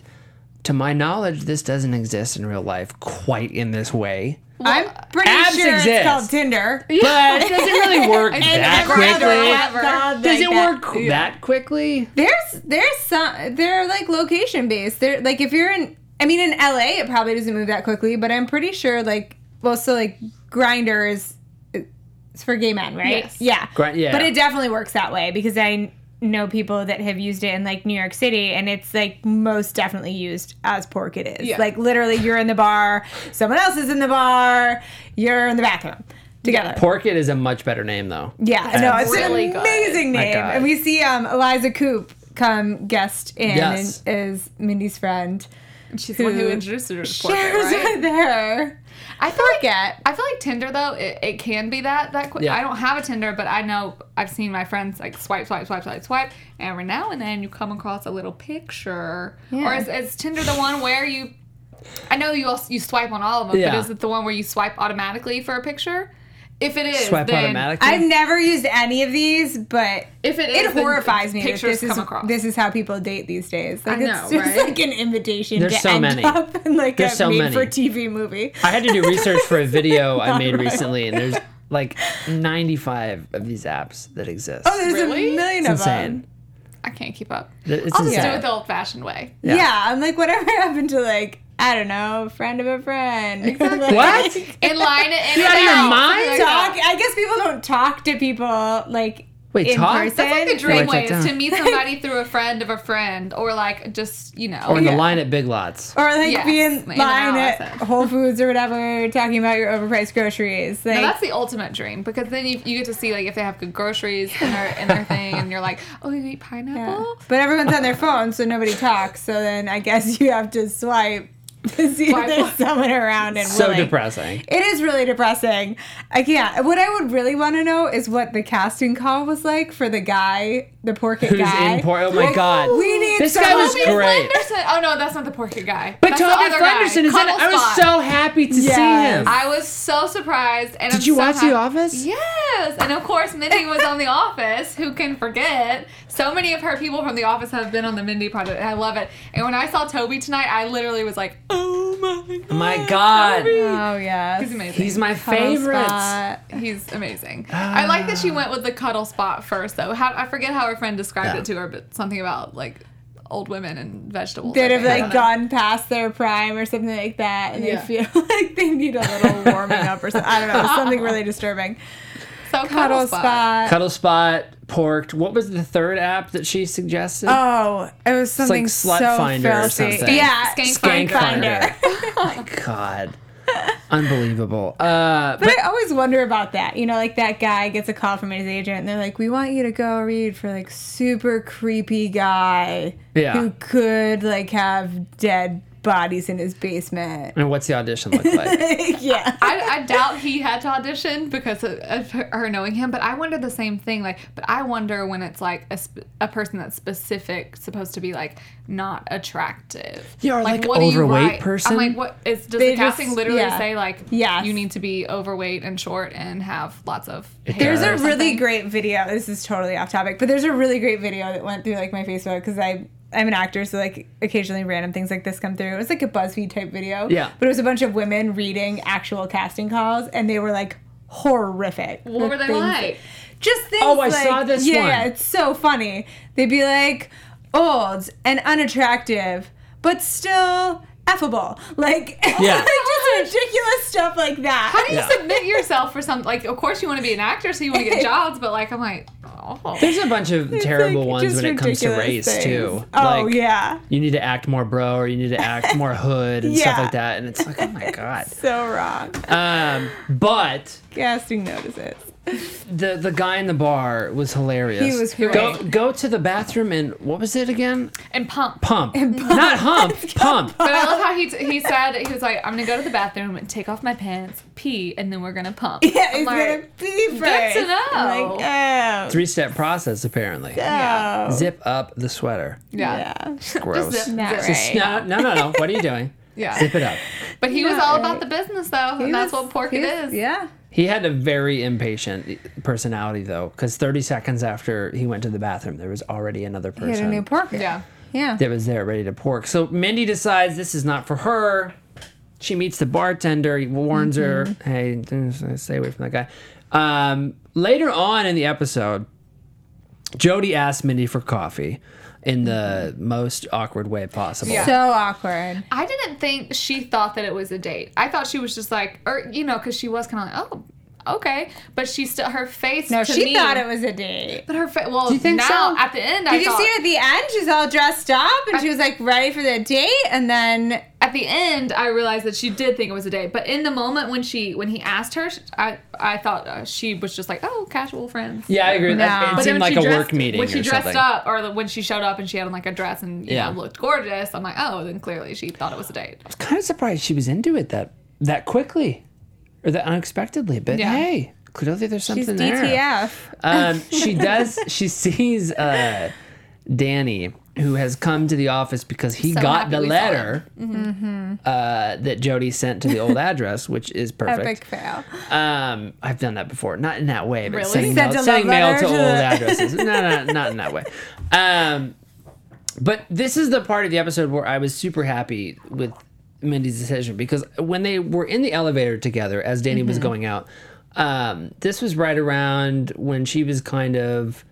A: to my knowledge, this doesn't exist in real life quite in this way.
D: I'm pretty
A: abs
D: sure
A: exist.
D: it's called Tinder.
A: But does it really
D: *laughs*
A: work that
C: every
A: quickly?
C: other
D: It's called
A: Does
D: like
A: it
D: that.
A: work that quickly?
D: There's there's some they're like location based. They're like if you're in I mean in LA it probably doesn't move that quickly, but I'm pretty sure like well so like grinder is it's for gay men, right?
C: Yes.
D: Yeah.
A: Gri- yeah.
D: But it definitely works that way because I know people that have used it in like New York City and it's like most definitely used as pork it is.
C: Yeah.
D: Like literally you're in the bar, someone else is in the bar, you're in the bathroom together.
A: Pork It is a much better name though.
D: Yeah, no, it's
C: really
D: an
C: good.
D: amazing
A: My
D: name.
A: God.
D: And we see um, Eliza Coop come guest in
A: Yes.
D: and is Mindy's friend.
C: She's the one who
D: Who
C: introduced her to Pork
D: Shares
C: It, right?
D: with her.
C: I feel like
D: Forget.
C: I feel like Tinder though it, it can be that that quick.
A: Yeah.
C: I don't have a Tinder, but I know I've seen my friends like swipe, swipe, swipe, swipe, swipe, and every now and then you come across a little picture. Or
D: Yeah.
C: is, is Tinder the one where you? I know you also, you swipe on all of them,
A: Yeah.
C: but is it the one where you swipe automatically for a picture? If it is,
A: Swipe
C: then,
A: automatically.
D: I've never used any of these, but
C: If it is,
D: it
C: then
D: horrifies me. That
C: Pictures
D: this, is,
C: come across.
D: this is how people date these days. Like,
C: I know,
D: it's just
C: right?
D: like an invitation
A: There's
D: to
A: so
D: end
A: many.
D: up in like
A: There's
D: a
A: so many.
D: made for TV movie.
A: I had to do research for a
C: *laughs*
A: video I made recently, and there's like 95 of these apps that exist.
D: Oh, there's
C: Really?
D: a million
A: it's
D: of
A: insane.
D: them.
C: I can't keep up.
A: Th- It's
C: I'll just
A: insane.
C: do it the old-fashioned way. *laughs*
A: Yeah.
D: Yeah. I'm like, whatever *laughs* happened to like, I don't know, friend of a friend. *laughs* Like,
A: What?
C: In
A: out
C: line, in
A: of
C: and
A: your
C: out.
A: mind?
C: Like that.
D: talk. I guess people don't talk to people like
A: Wait,
D: in
A: talk?
D: person.
C: That's like the
A: I
C: dream
A: write that
C: way is to
A: down.
C: meet somebody through a friend of a friend, or like just you know.
A: Or in the
D: Yeah.
A: line at Big Lots.
D: or like
C: Yes,
D: be in
C: in and out,
D: line at
C: that's it.
D: Whole Foods or whatever, talking about your overpriced groceries. Like,
C: No, that's the ultimate dream because then you, you get to see like if they have good groceries in their in their thing, and you're like, oh, you eat
D: yeah.
C: pineapple.
D: uh, but everyone's on their phone, so nobody talks. So then I guess you have to swipe to see
C: Swipe. *laughs*
D: if there's someone around and
A: So
D: willing.
A: depressing.
D: It is really depressing. I can't. What I would really want to know is what the casting call was like for the guy, the pork it
A: Who's
D: guy.
A: in Port? Oh my
D: Like,
A: God.
D: We need
A: This guy
D: someone-
A: was
C: Toby
A: Great.
C: Flenderson. Oh no, that's not the porky guy.
A: But
C: That's the
A: Toby
C: other
A: Flenderson
C: guy.
A: is in it. I was
C: Cuddle
A: so happy to see
D: Yes.
A: him.
C: I was so surprised. And
A: Did
C: I'm
A: you
C: so
A: watch
C: happy-
A: The Office?
C: Yes, and of course Mindy was on The *laughs* Office. Who can forget? So many of her people from The Office have been on the Mindy Project. and I love it. And when I saw Toby tonight, I literally was like, "Oh my god!"
A: My God.
D: Oh yeah.
C: He's amazing.
A: He's my favorite.
C: He's amazing. I like that she
A: Ah.
C: went with the cuddle spot first, though. How, I forget how her friend described
A: Yeah.
C: it to her, but something about like old women and vegetables. I
D: that have
C: think. I don't
D: like
C: know.
D: gone past their prime or something like that, and
C: Yeah.
D: they feel *laughs* like they need a little warming up or something. I don't know, something really disturbing.
C: so *laughs* cuddle,
D: Cuddle
C: spot.
D: spot.
A: Cuddle Spot, Porked. What was the third app that she suggested?
D: Oh, it was something
A: Slut
D: so
A: Finder or
D: filthy.
A: something.
D: Yeah,
C: Skank
A: Skank
D: Finder.
A: Finder.
C: *laughs*
A: my God. Unbelievable. Uh, but
D: But I always wonder about that. You know, like that guy gets a call from his agent, and they're like, "We want you to go read for like super creepy guy
A: Yeah.
D: who could like have dead bodies in his basement." *laughs*
A: and what's the audition look like?
D: yeah.
C: I, I doubt he had to audition because of, of her knowing him, but I wonder the same thing. Like, but I wonder when it's like a, sp- a person that's specific supposed to be like not attractive.
A: Yeah, or, like,
C: do you
A: overweight
C: write?
A: person.
C: I'm like, what is does
D: They
C: the casting
D: just-
C: literally
D: yeah.
C: say like,
D: Yes.
C: you need to be overweight and short and have lots of. hair
D: There's
A: Yeah.
C: or
D: a really
C: something?
D: great video. This is totally off topic, but there's a really great video that went through like my Facebook because I I'm an actor, so like occasionally random things like this come through. It was like a BuzzFeed type video,
A: Yeah.
D: But it was a bunch of women reading actual casting calls, and they were like horrific.
C: What were they
D: Things-
C: like?
D: Just things.
A: Oh, I
D: like-
A: saw this
D: yeah,
A: one.
D: Yeah, it's so funny. They'd be like old and unattractive, but still effable. Like, *laughs*
A: Yeah.
D: like just ridiculous stuff like that.
C: How do you
A: Yeah.
C: submit yourself for something? Like, of course you want to be an actor, so you want to
D: *laughs*
C: get jobs, but like, I'm like, oh.
A: There's a bunch of terrible
D: Like,
A: ones
D: just
A: when it comes to race
D: ridiculous
A: too.
D: things. Oh yeah,
A: You need to act more bro, or you need to act more hood and stuff
D: *laughs* Yeah.
A: like that. And it's like, oh my god.
D: so wrong.
A: Um, but
D: Casting notices. *laughs*
A: the the guy in the bar was hilarious.
D: He was great.
A: go go to the bathroom and what was it again?
C: And pump.
A: Pump, not
D: *laughs*
A: hump, pump.
C: But I love how he, he said, he was like, I'm going to go to the bathroom and take off my pants, pee, and then we're going to pump.
D: *laughs* Yeah,
C: I'm
D: it's
C: like,
D: gonna be
C: good
D: first.
C: to
D: I'm
C: know.
D: Like, oh,
A: Three step process apparently.
C: Yeah.
D: no.
A: Zip up the sweater.
C: yeah.
D: Yeah.
A: Gross.
C: Just zip,
D: Not
C: zip.
D: right.
A: No, no, no, no. What are you
D: *laughs*
A: doing?
C: Yeah.
A: Zip it up.
C: But he was
D: Not
C: all
D: right.
C: about the business, though, and that's what pork it is.
D: Yeah.
A: He had a very impatient personality though, because 30 seconds after he went to the bathroom, there was already another person.
D: He had a new porker.
C: Yeah.
D: Yeah.
A: that was there ready to pork. So Mindy decides this is not for her. She meets the bartender. He warns her, "Hey,
C: Mm-hmm.
A: just stay away from that guy." Um, later on in the episode, Jody asks Mindy for coffee in the most awkward way possible.
C: Mm-hmm. Yeah.
D: So awkward.
C: I didn't think she thought that it was a date. I thought she was just like, or you know, because she was kind of like, oh, okay, but she still her face.
D: No,
C: to
D: she
C: me-
D: thought it was a date.
C: But her face. Well,
A: you think
C: now
A: so?
C: at the end, I
D: Did you
C: thought,
D: see her at the end? She's all dressed up and she was like ready for the date, and then
C: at the end, I realized that she did think it was a date. But in the moment when she when he asked her, sh- I I thought uh, she was just like, oh, casual friends.
A: Yeah, I agree. with
D: No.
A: that. It
D: But
C: then
A: seemed
C: when
A: like
C: she
A: a
C: dressed-
A: work meeting
C: When she
A: or
C: dressed
A: something.
C: up, or the, when she showed up and she had on like a dress and you
A: Yeah.
C: know, looked gorgeous, I'm like, oh, then clearly she thought it was a date.
A: I was kind of surprised she was into it that that quickly, or that unexpectedly. But
C: Yeah.
A: hey, clearly there's
D: she's
A: something there.
D: DTF.
A: Um,
C: *laughs*
A: she does. She sees uh, Danny, who has come to the office because he
C: So
A: got
C: happy
A: the
C: we saw Mm-hmm.
A: letter uh, that Jody sent to the
C: *laughs*
A: old address, which is perfect.
D: Epic fail.
A: Um, I've done that before, not in that way, but
C: Really?
A: sending,
D: Sent
A: mail,
D: a
A: sending
D: love
A: mail
D: letter
A: to
D: to
A: old
D: the- *laughs*
A: addresses. No, no, not in that way. Um, but this is the part of the episode where I was super happy with Mindy's decision because when they were in the elevator together as Danny
D: Mm-hmm.
A: was going out, um, this was right around when she was kind of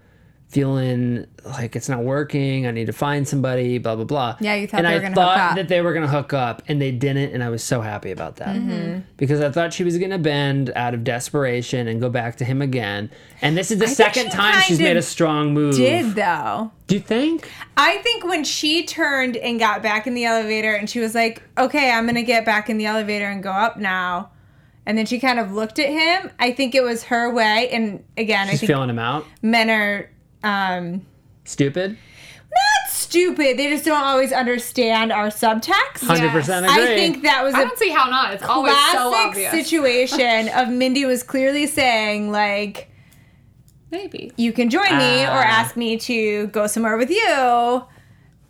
A: feeling like it's not working. I need to find somebody. Blah blah blah.
D: Yeah, you thought
A: and
D: they
A: I
D: were gonna hook
A: thought
D: up.
A: that they were gonna hook up, and they didn't, and I was so happy about that
D: Mm-hmm.
A: because I thought she was gonna bend out of desperation and go back to him again. And this is the second
D: she
A: time she's
D: kind
A: made
D: of
A: a strong move.
D: Did though.
A: Do you think?
D: I think when she turned and got back in the elevator and she was like, okay, I'm going to get back in the elevator and go up now. And then she kind of looked at him. I think it was her way. And again, I
A: She's
D: think
A: feeling him out.
D: men are um,
A: Stupid.
D: not stupid. They just don't always understand our subtext.
A: Hundred percent agree.
D: I think that was
C: I
D: a
C: don't see how not. It's always so
D: classic
C: obvious.
D: situation of Mindy was clearly saying, like,
C: Maybe.
D: you can join me or
A: Ah.
D: ask me to go somewhere with you.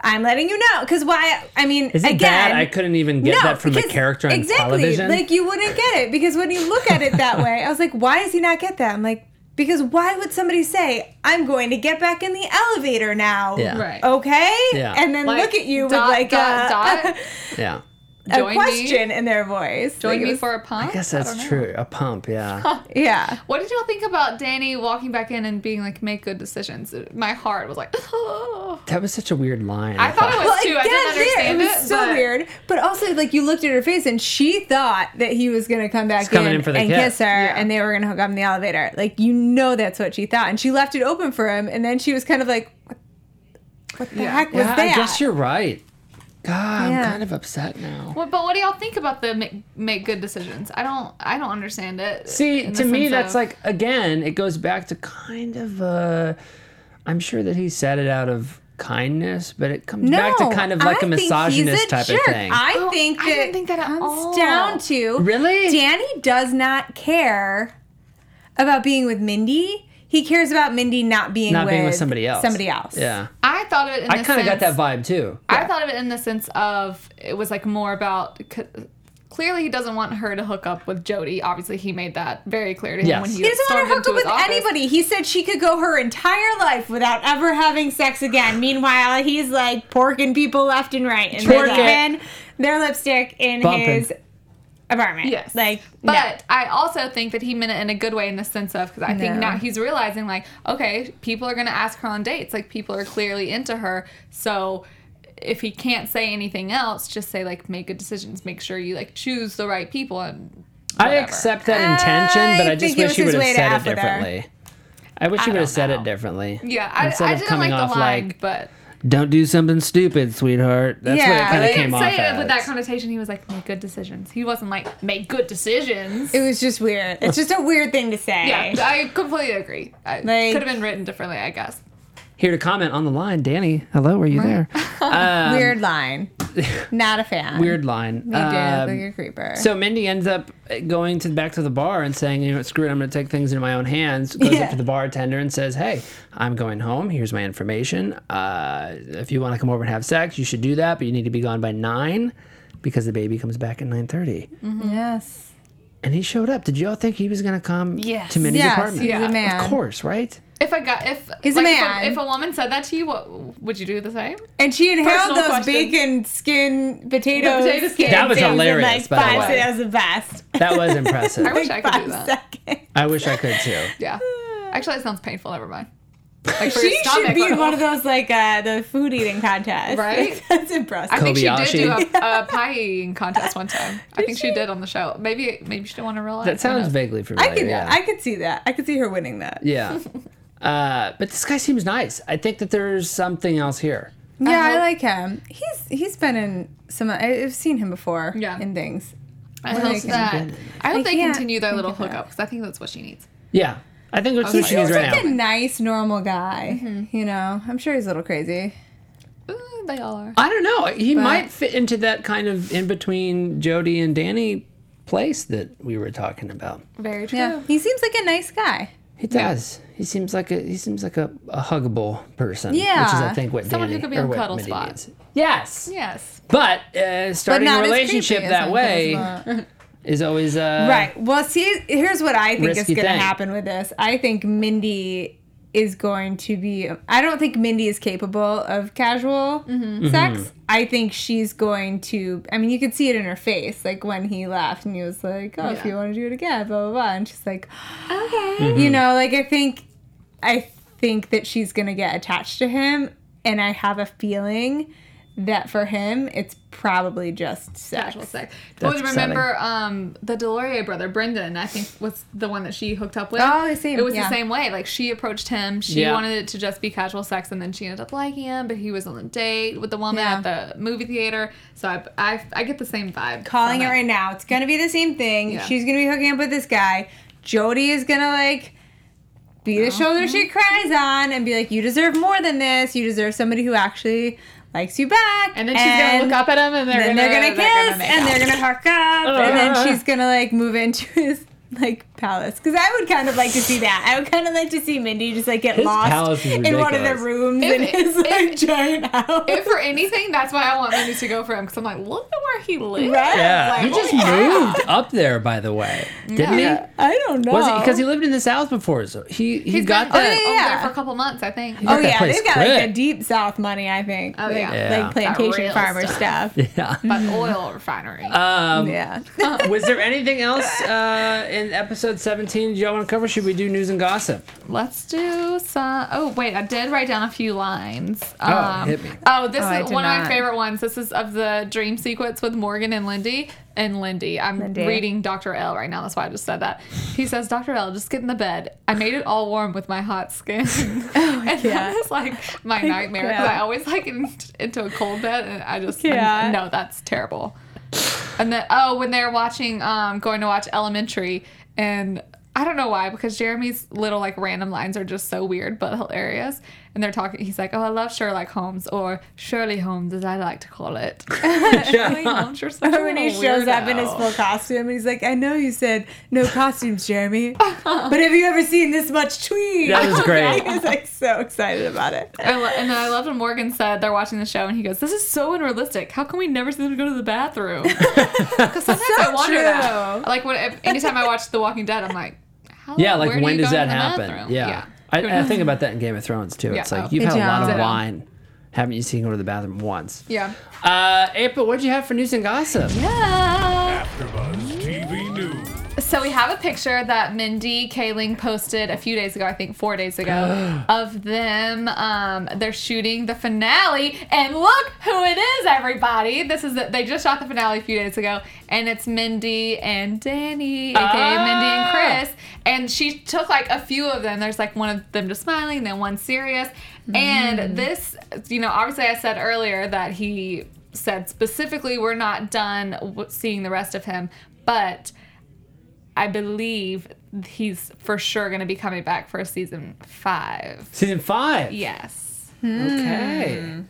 D: I'm letting you know because why? I mean,
A: Is it
D: again,
A: bad? I couldn't even get
D: no,
A: that from the
D: because-
A: character on
D: exactly,
A: television.
D: Like you wouldn't get it because when you look at it that way, I was like, why does he not get that? I'm like, because why would somebody say, "I'm going to get back in the elevator now"?
A: Yeah.
C: Right.
D: Okay.
A: Yeah.
D: And then
C: Like,
D: Oh, look at you
C: dot,
D: with like
C: dot,
D: a,
C: dot.
A: yeah.
D: *laughs* a
C: Join me.
D: question in their voice.
C: Join
D: Like, it
C: me
D: was-
C: for a pump.
A: I guess
C: I don't
A: that's
C: know.
A: true. A pump, yeah.
D: yeah.
C: What did y'all think about Danny walking back in and being like, make good decisions? My heart was like, *laughs* "Oh."
A: that was such a weird line.
C: I thought it was too. I didn't
D: again, there,
C: understand
D: it was so
C: but-
D: weird. But also, like you looked at her face, and she thought that he was gonna come back
A: coming
D: in,
A: in for the
D: and
A: kiss.
D: kiss, her,
C: Yeah.
D: and they were gonna hook up in the elevator. Like you know, that's what she thought, and she left it open for him. And then she was kind of like, "What, what the
C: Yeah.
D: heck was
A: Yeah,
D: that?"
A: I guess you're right. God, I'm
D: Yeah.
A: kind of upset now.
C: Well, but what do y'all think about the make, make good decisions? I don't. I don't understand it.
A: See,
C: in the
A: to me,
C: sense
A: that's
C: of-
A: like again, it goes back to kind of uh I'm sure that he said it out of kindness, but it comes back to kind of like a
D: I think he's
A: misogynist
D: a
A: type
D: jerk.
A: of thing.
D: I
C: Oh,
D: think
C: I
D: that
C: didn't think that at
D: comes
C: all.
D: down to
A: Really?
D: Danny does not care about being with Mindy. He cares about Mindy not being
A: not
D: with
A: being with somebody else.
D: Somebody else.
A: Yeah.
C: I thought of it. In
A: I
C: the
A: kind of got
C: sense-
A: that vibe too.
C: I thought of it in the sense of it was like more about. c- Clearly, he doesn't want her to hook up with Jody. Obviously, he made that very clear to him
A: Yes.
C: when he,
D: He doesn't want
C: stormed
D: to hook
C: into
D: up
C: his
D: with
C: office.
D: anybody. He said she could go her entire life without ever having
C: *sighs*
D: sex again. Meanwhile, he's like porking people left and right, and
A: Twerk
D: they're
A: it.
D: leaving their lipstick in
A: Bumping.
D: his apartment.
C: Yes.
D: Like,
C: but
D: no.
C: I also think that he meant it in a good way in the sense of because I think
D: No.
C: now he's realizing like, okay, people are gonna ask her on dates. Like people are clearly into her. So if he can't say anything else, just say like make good decisions. Make sure you like choose the right people and
A: I
C: whatever.
A: accept that intention, but
D: I
A: I just
D: think it
A: wish
D: was
A: he
D: his
A: would have
D: way to
A: said it
D: Aphrodite.
A: differently. I wish he would
C: don't
A: have said
C: know.
A: it differently.
C: Yeah, I,
A: Instead
C: I
A: of
C: didn't
A: coming
C: like the
A: off
C: line,
A: like,
C: but
A: "Don't do something stupid, sweetheart." That's what
D: Yeah,
A: it kind
D: but
A: of
D: he
A: came
C: didn't
A: off
C: say
A: as.
C: it with that connotation. He was like, make good decisions. He wasn't like, make good
A: *laughs*
C: decisions.
D: it was just weird. It's just a weird thing to say.
C: yeah, I completely agree. I
D: Like-
C: could have been written differently, I guess.
A: Here to comment on the line, Danny. Hello, are you there?
C: *laughs* Um,
D: weird line. Not a fan.
A: Weird line.
D: You did
A: Um,
D: look like a creeper.
A: So Mindy ends up going to back to the bar and saying, "You know, what, screw it. I'm going to take things into my own hands." Goes
D: Yeah.
A: up to the bartender and says, "Hey, I'm going home. Here's my information. Uh, if you want to come over and have sex, you should do that, but you need to be gone by nine because the baby comes back at 9:30."
D: Mm-hmm. yes.
A: And he showed up. Did y'all think he was going to come
C: Yes.
A: to Mindy's
D: Yes,
A: apartment?
D: he's
C: Yeah.
D: a man.
A: Of course, right?
C: If I got if
D: He's a
C: like, if
D: man.
C: If a, woman said that to you, what would you do the same?
D: And she inhaled
C: Personal
D: those
C: question.
D: bacon skin potato,
C: The potato skin.
A: That was
D: things in,
A: hilarious,
D: Like
A: by the
D: five,
A: way.
D: That was the best.
A: That
D: *laughs*
A: was impressive.
C: I wish I
D: Like,
C: could do
D: five
C: that.
D: seconds.
A: I wish I could too.
C: Yeah. Actually, that sounds painful. Never mind. Like for
D: She
C: your stomach,
D: should be in
C: like,
D: one of those like uh, the food eating contests.
C: Right?
D: *laughs* That's impressive.
C: I think she did do
A: Kobayashi.
C: a, a pie eating contest one time. I think she did on the show. Maybe maybe she didn't want to realize.
A: *laughs* That sounds vaguely familiar.
D: I could
A: yeah.
D: I could see that. I could see her winning that.
A: yeah.
D: *laughs*
A: Uh, but this guy seems nice. I think that there's something else here.
D: Yeah, I
C: hope-
D: like him. He's he's been in some. I- I've seen him before.
C: Yeah.
D: in things.
C: I hope
D: Like,
C: that. I hope
D: I
C: they
D: can't
C: continue their
D: think
C: little
D: of that.
C: hookup because I think that's what she needs.
A: Yeah. I think that's
C: Oh,
A: what she needs
D: He's
A: right
D: like
A: now.
D: a nice, normal guy. You know, I'm sure he's a little crazy.
C: Ooh, they all are.
A: I don't know. He
D: But-
A: might fit into that kind of in between Jody and Danny place that we were talking about.
C: Very true.
D: Yeah, he seems like a nice guy.
A: He does. He seems like a he seems like a, a huggable person. Which is
D: Yeah.
A: I think what
C: Someone who
A: Danny-
C: could be
A: or
C: on
A: what
C: cuddle
A: Mindy
C: spot.
A: needs. Yes.
C: Yes.
A: But uh, starting a
D: not as creepy
A: relationship
D: as
A: that
D: I'm
A: way
D: convinced
A: is always uh,
D: right. Well, see, here's what I think is
A: risky
D: going to
A: thing.
D: happen with this. I think Mindy is going to be. I don't think Mindy is capable of casual
C: Mm-hmm.
D: sex.
A: Mm-hmm.
D: I think she's going to. I mean, you could see it in her face, like when he left and he was like, "Oh, if
C: Yeah.
D: you want to do it again, blah blah blah," and she's like, "Okay," *gasps* you know, like I think, I think that she's going to get attached to him, and I have a feeling. That for him, it's probably just sex.
C: Casual sex.
A: That's
C: well, remember um, the Delorier brother, Brendan, I think was the one that she hooked up with.
D: Oh, the same,
C: It was
D: yeah.
C: the same way. Like she approached him. She
A: Yeah.
C: wanted it to just be casual sex, and then she ended up liking him. But he was on a date with the woman
D: Yeah.
C: at the movie theater. So I, I, I get the same vibe.
D: calling
C: from
D: it right now. It's gonna be the same thing.
C: Yeah.
D: She's gonna be hooking up with this guy. Jody is gonna like be the
C: Uh-huh.
D: shoulder she cries on and be like, "You deserve more than this. You deserve somebody who actually likes you back."
C: And then she's gonna look up at him, and they're
D: and
C: gonna, Uh-huh.
D: they're gonna kiss,
C: make
D: and
C: out.
D: they're gonna hook up, and
A: Ugh.
D: then she's gonna like move into *laughs* his like palace. Because I would kind of like to see that. I would kind of like to see Mindy just like get
A: His palace
D: lost
A: is
D: in one of the
A: ridiculous.
D: rooms
C: If-
D: in his
C: if-
D: like giant house. *laughs*
C: If for anything, that's why I want Mindy to go for him because I'm like, look at where he lives. *laughs*
D: Right?
A: Yeah.
D: Like,
A: he
C: oh,
A: just moved up there by the way. Didn't he?
D: I don't know.
A: Was he because he lived in the south before? So he he
C: He's
A: got
C: been
A: that.
D: yeah,
C: over
D: yeah.
C: there for a couple months, I think.
A: got
D: Oh
A: that
D: yeah,
A: place
D: they've got like
A: quick.
D: the deep South money. I think.
C: Oh,
D: like,
C: yeah.
A: Yeah.
D: like plantation
C: real
D: farmer
C: stuff.
D: stuff.
A: *laughs* Yeah.
C: But oil
D: Oh,
C: refinery.
A: Um,
D: yeah. *laughs*
C: Oh,
A: Was there anything else uh, in episode 17 y'all want to cover? Should we do news and gossip?
C: Let's do some. Oh wait, I did write down a few lines.
A: Oh, hit me.
C: Oh, this
D: Oh, I
C: is
D: did
C: one of my
D: not.
C: favorite ones. This is of the dream sequence with Morgan and Lindy. And Lindy, I'm
D: Lindy.
C: reading Dr. L right now. That's why I just said that. He says, "Dr. L, just get in the bed. I made it all warm with my hot
D: *laughs*
C: skin." *laughs* and that
D: Oh, yeah.
C: is like my nightmare because
D: *laughs* yeah.
C: I always like in, into a cold bed, *laughs* and I just
D: Yeah.
C: no, that's terrible. And then oh, when they're watching, um, going to watch Elementary, and I don't know why because Jeremy's little like random lines are just so weird but hilarious. And they're talking. He's like, "Oh, I love Sherlock Holmes or Shirley Holmes, as I like to call it." Shirley *laughs* Holmes, you're such a
D: when he
C: little
D: shows up in his
C: weirdo.
D: full costume, and he's like, "I know you said no costumes, Jeremy, but have you ever seen this much tweed?"
A: That
D: *laughs*
A: was great.
D: I was like so excited about it.
C: I lo- and then I loved when Morgan said they're watching the show and he goes, "This is so unrealistic. How can we never see them go to the bathroom?" *laughs* Because sometimes I wonder that. Like when if- anytime I watch The Walking Dead, I'm like, How,
A: Yeah, like
C: where do
A: when
C: you
A: does
C: go to
A: that
C: the
A: happen?
C: bathroom?
A: Yeah.
C: Who
A: I, I
C: knows?
A: think about that in Game of Thrones too.
C: Yeah,
A: it's like
C: oh.
A: you've
D: I
A: had a lot
D: don't.
A: of wine. Haven't you seen go to the bathroom once?
C: *laughs* yeah.
A: Uh, April, what'd you have for news and gossip?
C: Ah.
B: AfterBuzz
C: so we have a picture that Mindy Kaling posted a few days ago, I think four days ago, of them. Um, they're shooting the finale, and look who it is, everybody! This is the, they just shot the finale a few days ago, and it's Mindy and Danny, aka Mindy and Chris.
D: Oh.
C: And she took like a few of them. There's like one of them just smiling, then one serious.
D: Mm.
C: And this, you know, obviously I said earlier that he said specifically we're not done w- seeing the rest of him, but I believe he's for sure going to be coming back for season five.
A: Season five.
C: Yes.
A: Okay.
C: Mm.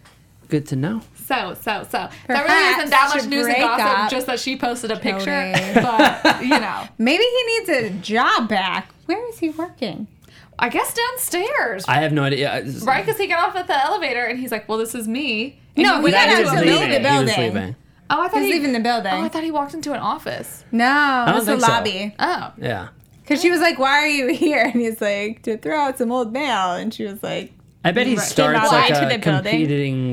A: Good to know.
C: So, so, so. there really isn't that
D: Perhaps
C: much
D: to
C: news and
D: break
C: gossip,
D: up
C: just that she posted a *laughs* picture.
D: Jody.
C: But, you know,
D: *laughs* Maybe he needs a job back. Where is he working?
C: I guess downstairs.
A: I have no idea. I just-
C: right? Because he got off at the elevator and he's like, well, this is me. And
D: No,
C: he
D: he
C: went
D: got
C: into
A: He was
D: out
C: a
D: to
A: leaving.
D: leave
C: building.
D: the
A: He was
D: building.
A: leaving.
C: Oh, I thought
D: He's
C: he,
D: leaving the building.
C: Oh, I thought he walked into an office.
D: No,
A: don't
D: it's the
A: think so.
D: lobby.
C: Oh.
A: Yeah.
D: Because she was like, "Why are you *laughs* here?" And he's like, "To throw out some old mail." And she was like,
A: I bet he
D: Right.
A: starts
D: Why
A: like
D: to
A: a
D: the building?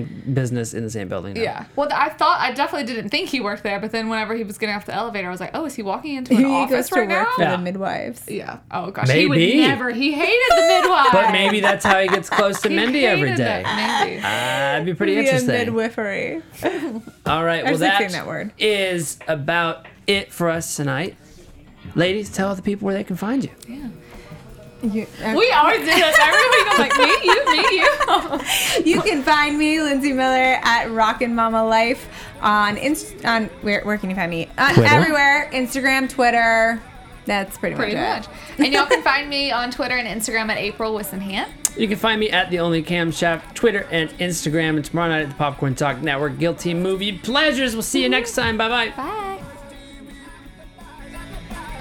A: competing business in the same building. now.
C: Yeah. Well, th- I thought I definitely didn't think he worked there, but then whenever he was getting off the elevator, I was like, "Oh, is he walking into an
D: "He
C: office
D: goes to
C: right now?"
D: work for
A: Yeah.
D: the midwives."
C: Yeah. Oh gosh. He
A: Maybe.
C: would never. He hated the midwife.
A: But maybe that's how he gets close to
C: He
A: Mindy every
C: hated
A: day. Uh,
C: that Mindy.
A: That'd be pretty
D: Via
A: interesting.
D: midwifery.
A: All right, well,
D: was like
A: that
D: saying
A: is
D: that word.
A: about it for us tonight. Ladies, tell the people where they can find you.
D: You,
C: we always do this every week. I'm like, me, you, me, you. *laughs*
D: you can find me, Lindsay Miller, at Rockin' Mama Life on Inst- on where, where can you find me? On
A: Twitter.
D: everywhere, Instagram, Twitter. That's pretty,
C: Pretty
D: much
C: much.
D: it.
C: And
D: *laughs*
C: y'all can find me on Twitter and Instagram at April Wissenhant.
A: You can find me at the Only Cam Shaft, Twitter and Instagram, and tomorrow night at the Popcorn Talk Network. Guilty Movie Pleasures. We'll see you next time. Bye bye.
C: Bye.